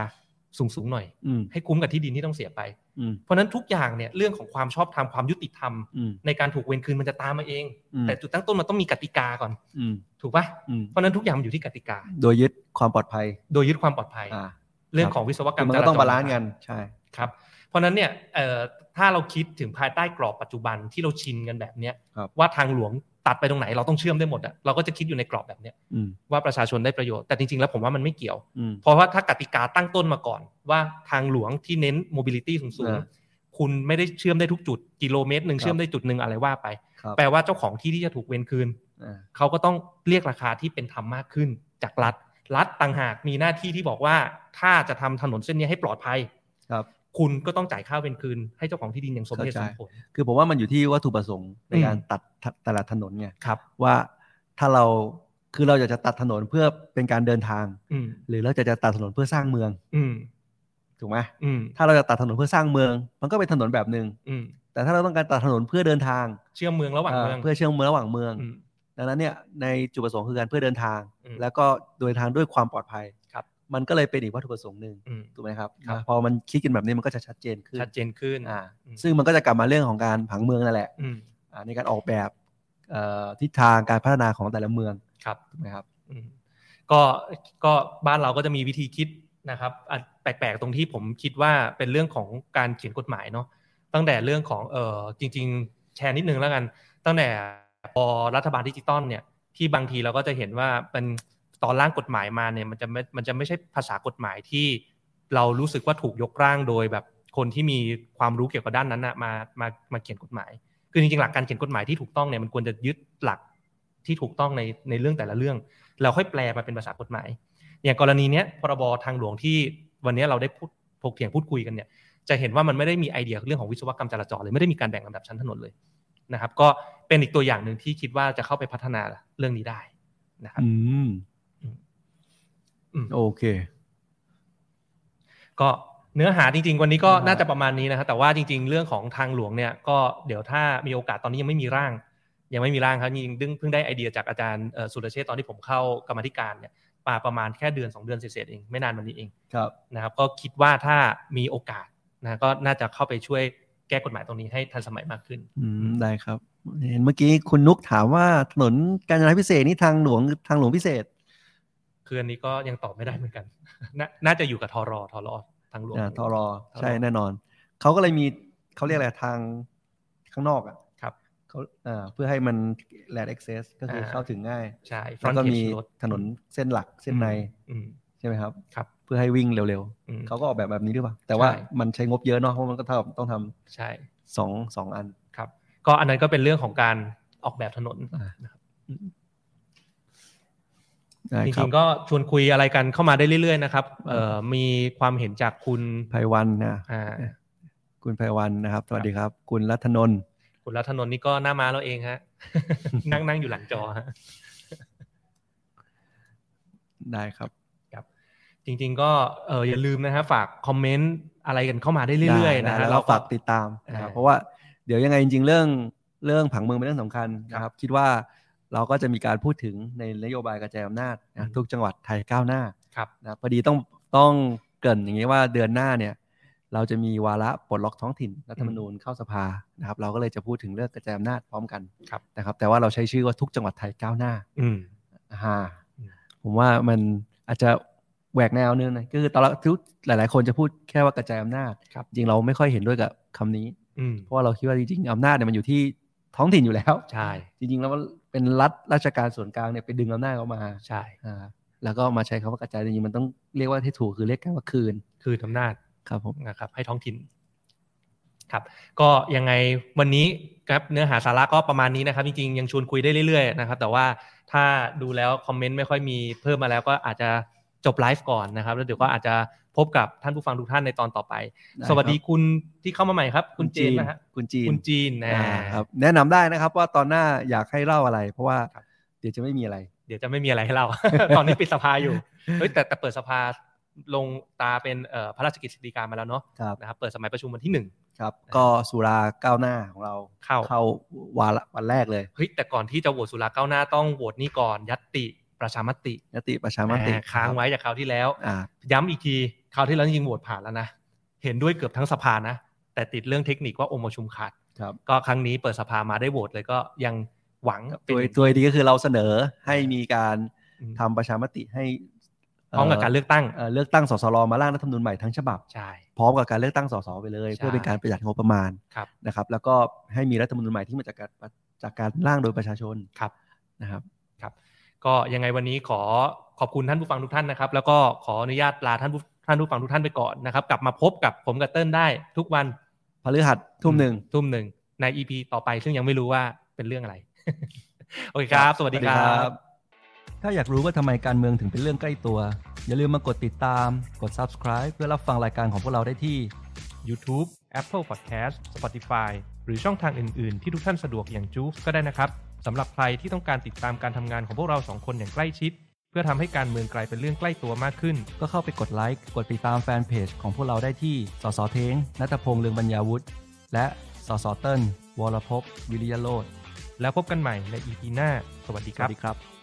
สูงสูงๆหน่อย
อืม
ให้คุ้มกับที่ดินที่ต้องเสียไป
อืม
เพราะฉะนั้นทุกอย่างเนี่ยเรื่องของความชอบธรรมความยุติธรรม
อืม
ในการถูกเวรคืนมันจะตามมาเอง
อืม
แต่จุดตั้งต้นมันต้องมีกติกาก่อน
อืม
ถูกปะ
อืม
เพราะฉะนั้นทุกอย่างมันอยู่ที่กติกา
โดยยึดความปลอดภัย
โดยยึดความปลอดภัย
อ่า
เรื่องของวิศวกรรม
มัน
จ
ก็
ราจร
ต้องบาลานซ์กันใช่
ครับเพราะฉะนั้นเนี่ยเอ่อถ้าเราคิดถึงภายใต้กรอบปัจจุบันที่เราชินกันแบบเนี้ย
ครับ
ว่าทางหลวงตัดไปตรงไหนเราต้องเชื่อมได้หมดอะเราก็จะคิดอยู่ในกรอบแบบเนี้ย
อืม
ว่าประชาชนได้ประโยชน์แต่จริงๆแล้วผมว่ามันไม่เกี่ยว
อืม
เพราะว่าถ้ากติกาตั้งต้นมาก่อน ว่าทางหลวงที่เน้น mobility สูง
อ่า
ๆคุณไม่ได้เชื่อมได้ทุกจุดกิโลเมตรหนึ่ง
ครับ
เชื่อมได้จุดหนึ่งอะไรว่าไป
ครับ
แปลว่าเจ้าของที่ที่จะถูกเวนคืน
อ่า
เขาก็ต้องเรียกราคาที่เป็นธรรมมากขึ้นจากรัฐ รัฐต่างหากมีหน้าที่ที่บอกว่าถ้าจะทำถนนเส้นนี้ให้ปลอดภัย
ครับ
คุณก็ต้องจ่ายค่าเวรคืน ให้เจ้าของที่ดินอย่างสมเหตุส
เข้าใจ
มผล
คือผมว่ามันอยู่ที่วัตถุประสงค์ใน
อืม
การตัดทะแต่ละถนนไง
ครับ
ว่าถ้าเราคือเราอยากจะตัดถนนเพื่อเป็นการเดินทาง
อืม
หรือเราจะจะตัดถนนเพื่อสร้างเมือง
อืม
ถูกไหม
อืม
ถ้าเราจะตัดถนนเพื่อสร้างเมือง มันก็เป็นถนนแบบหนึ่ง
อืม
แต่ถ้าเราต้องการตัดถนนเพื่อเดินทาง
เชื่อมเมืองระหว่างเมือง
เพื่อเชื่อมเมืองระหว่างเมือง
อืม
ดังนั้นเนี่ยในจุดประสงค์คือการเพื่อเดินทาง
อืม
แล้วก็เดินทางด้วยความปลอดภัย
ครับ
มันก็เลยเป็นอีกวัตถุประสงค์หนึ่ง
อืม
ถูกไหมครับ
ครับ
นะพอมันคิดกันแบบนี้มันก็จะชัดเจนขึ้น
ชัดเจนขึ้น
อ่า
อืม
ซึ่งมันก็จะกลับมาเรื่องของการผังเมืองนั่นแหละ
อืม
อ่าในการออกแบบเอ่อทิศทางการพัฒนาของแต่ละเมือง
ครับ
ถูกไหมครับ
อืมก็ก็บ้านเราก็จะมีวิธีคิดนะครับอ่ะแปลกๆตรงที่ผมคิดว่าเป็นเรื่องของการเขียนกฎหมายเนาะตั้งแต่เรื่องของเออจริง ๆ แชร์นิดนึงแล้วกัน ตั้งแต่พอรัฐบาลดิจิตอลเนี่ย ที่บางทีเราก็จะเห็นว่าเป็นตอนร่างกฎหมายมาเนี่ยมันจะไม่มันจะไม่ใช่ภาษากฎหมายที่เรารู้สึกว่าถูกยกร่างโดยแบบคนที่มีความรู้เกี่ยวกับด้านนั้นนะมามามาเขียนกฎหมาย คือจริงๆหลักการเขียนกฎหมายที่ถูกต้องเนี่ยมันควรจะยึดหลักที่ถูกต้องในในเรื่องแต่ละเรื่อง เราค่อยแปลมาเป็นภาษากฎหมาย อย่างกรณีเนี้ยพรบทางหลวงที่วันเนี้ยเราได้พูดถกเถียงพูดคุยกันเนี่ยจะเห็นว่ามันไม่ได้มีไอเดียเรื่องของวิศวกรรมจราจรเลยไม่ได้มีการแบ่งลำดับชั้นถนนเลยนะครับ ก็เป็นอีกตัวอย่างหนึ่งที่คิดว่าจะเข้าไปพัฒนาเรื่องนี้ได้นะครับ
อืม
อืม
โอเค
ก็เนื้อหาจริง ๆ วันนี้ก็
เนื้อหา
น่าจะประมาณนี้นะครับแต่ว่าจริง ๆ เรื่องของทางหลวงเนี่ยก็เดี๋ยวถ้ามีโอกาสตอนนี้ยังไม่มีร่าง ยังไม่มีร่างครับจริงๆเพิ่งเพิ่งได้ไอเดียจากอาจารย์เอ่อสุรเชษฐ์ตอนที่ผมเข้ากรรมาธิการเนี่ยมาประมาณแค่เดือนสองเดือนเสร็จๆเองไม่นานวันนี้เอง
ครับ
นะครับก็คิดว่าถ้ามีโอกาสนะก็น่าจะเข้าไปช่วยแก้กฎหมายตรงนี้ให้ทันสมัยมากขึ้น
อืม ได้ครับ เห็นเมื่อกี้คุณนุกถามว่าถนนการจราพิเศษนี่ทางหลวงทางหลวงพิเศษ
คืออันนี้ก็ยังตอบไม่ได้เหมือน กัน นาน่าจะอยู่กับทรอทรอทางหลวง
อ่าทรอ
ทร
ใช่แน่นอน เขาก็เลยมีเขาเรียกอะไรทางข้างนอกอ่ะ
ครับ
เขาอ่าเพื่อให้มันแลดเอ็กเซสก็คือ
อ่า
เข้าถึงง่าย
ใช่
แล้ว
front
ก็
page
มี
รถ
ถนนเส้นหลักเส้นใน
อืม
ใช่ไหมครับ
ครับ
เพื่อให้วิ่งเร็ว
อืม
ๆ เขาก็ออกแบบแบบนี้ด้วยป่ะแต่ว่า
ใช่
มันใช้งบเยอะเนาะเพราะมันก็เท่ากับต้องทำ
ใช่
สองสองอัน
ครับ ก็อันนั้นก็เป็นเรื่องของการออกแบบถนน
อ่า
นะครับ
ได้
จ
ครั
ริ
บ
งๆก็ชวนคุยอะไรกันเข้ามาได้เรื่อยๆนะครับเอ่อมีความเห็นจากคุณ
ไพวันนะ
อ่า
คุณไพวันนะครับ สวัสดีครับ คุณรัตนนท์
คุณรัฐนนท์นี่ก็หน้าม้าเราเอง ฮะ นั่งนั่งอยู่หลังจอฮะ
ได้ครับ
จริงๆก็เอออย่าลืมนะฮะฝากคอมเมนต์อะไรกันเข้ามาได้เรื่อยๆนะ
ได้
ฮะ
แล้ว
เรา
เรา
ก็
ฝากติดตามนะครับ
อ่า
เพราะว่า เดี๋ยวยังไงจริงๆ เรื่องเรื่องผังเมืองเป็นเรื่องสำคัญนะครับ คิดว่าเราก็จะมีการพูดถึงในนโยบายกระจายอำนาจ
อื
นะ
ม
ทุกจังหวัดไทยก้าวหน้า
ครับ
นะพอดีต้องต้องเกรินอย่างนี้ว่าเดือนหน้าเนี่ยเราจะมีวาระปลดล็อกท้องถิ่นรัฐธรรมนูญเข้าสภานะครับ เราก็เลยจะพูดถึงเรื่องกระจายอำนาจพร้อมกัน
ครับ
นะครับ แต่ว่าเราใช้ชื่อว่าทุกจังหวัดไทยก้าวหน้า
อืม
ฮ่า
อืม
ผมว่ามันอาจจะแหวกแนวนึงนะก็คือตอนแรกทุกหลาย ๆ คนจะพูดแค่ว่ากระจายอำนาจครับจริงเราไม่ค่อยเห็นด้วยกับคำนี้
อืม
เพราะว่าเราคิดว่าจริง ๆอำนาจเนี่ยมันอยู่ที่ท้องถิ่นอยู่แล้ว
ใช่
จริง ๆ แล้วมันเป็นรัฐราชการส่วนกลางเนี่ยไปดึงอำนาจออกมา
ใช่
อ่าแล้วก็มาใช้คำว่ากระจายจริงๆมันต้องเรียกว่าที่ถูกคือเรียกกันว่าคืน
คืออำนาจ
ครับผม
นะครับให้ท้องถิ่นครับ ก็ยังไงวันนี้ครับเนื้อหาสาระก็ประมาณนี้นะครับ จริงๆ ยังชวนคุยได้เรื่อยๆนะครับ แต่ว่าถ้าดูแล้วคอมเมนต์ไม่ค่อยมีเพิ่มมาแล้วก็อาจจะจบไลฟ์ก่อนนะครับ แล้วเดี๋ยวก็อาจจะพบกับท่านผู้ฟังทุกท่านในตอนต่อไป
ไครับ
สวัสดีคุณที่เข้ามาใหม่ครับ คุณเจนนะฮะ
คุณจีน
คุณจีนนะ
อ่าครับแนะนำได้นะครับว่าตอนหน้าอยากให้เล่าอะไร เพราะว่าเดี๋ยวจะไม่มีอะไร
เดี๋ยวจะไม่มีอะไรให้เรา ตอนนี้ปิดสภาอยู่เฮ้ยแต่แต่เปิดสภาลงตาเป็นเอ่อพระราชกฤษฎีกามาแล้วเนาะ
ครับ
นะครับเปิดสมัยประชุมวันที่หนึ่ง
ครับก็สุราก้าวหน้าของเรา
เข้า
วาระวันแรกเลย
เฮ้ยแต่ก่อนที่จะโหวตสุราก้าวหน้าต้องโหวตนี่ก่อนยัตติประชามติ
ยติประชามติ
อ่าค้างไว้จากคราวที่แล้ว
อ่า
ย้ำอีกทีคราวที่แล้วจริงๆโหวตผ่านแล้วนะ เห็นด้วยเกือบทั้งสภานะ แต่ติดเรื่องเทคนิคว่าองค์ประชุมขาด
ครับ
ก็ครั้งนี้เปิดสภามาได้โหวตเลยก็ยังหวังเป็น
ตัวตัวดีก็คือเราเสนอให้มีการ
อืม
ทำประชามติให้
พร้อมกับการเลือกตั้ง
เอ่อเลือกตั้งสสรมาร่างรัฐธรรมนูญใหม่ทั้งฉบับ
ใช่
พร้อมกับการเลือกตั้งสสไปเลย
ใช่
เพื่อเป็นการประหยัดงบประมาณ
ครับ
นะครับ แล้วก็ให้มีรัฐธรรมนูญใหม่ที่มาจากการจากการร่างโดยประชาชน
ครับ
นะครับ
ก็ยังไงวันนี้ขอขอบคุณท่านผู้ฟังทุกท่านนะครับ แล้วก็ขออนุญาตลาท่านผู้ท่านผู้ฟังทุกท่านไปก่อนนะครับ กลับมาพบกับผมกับเติ้ลได้ทุกวัน
พฤหัสทุ่มหนึ่ง
ทุ่มหนึ่งใน EP ต่อไปซึ่งยังไม่รู้ว่าเป็นเรื่อง อะไร โอเคครับ สวัสดีครับ
ถ้าอยากรู้ว่าทำไมการเมืองถึงเป็นเรื่องใกล้ตัว อย่าลืมมากดติดตาม กด subscribe เพื่อรับฟังรายการของพวกเราได้ที่
YouTube Apple Podcast Spotify หรือช่องทางอื่น ๆ ที่ทุกท่านสะดวกอย่างจูฟก็ได้นะครับสำหรับใครที่ต้องการติดตามการทำงานของพวกเราสองคนอย่างใกล้ชิด เพื่อทำให้การเมืองกลายเป็นเรื่องใกล้ตัวมากขึ้น
ก็เข้าไปกดไลค์ กดติดตามแฟนเพจของพวกเราได้ที่ สสเทงนัตพงษ์เลืองบรรยาวุฒิ และ สสเติ้ลวรภพวิริยโรธ
แล้วพบกันใหม่ใน EP หน้า สวัสดี
ส
ค
วั
รั
ส
บ
ดีครับ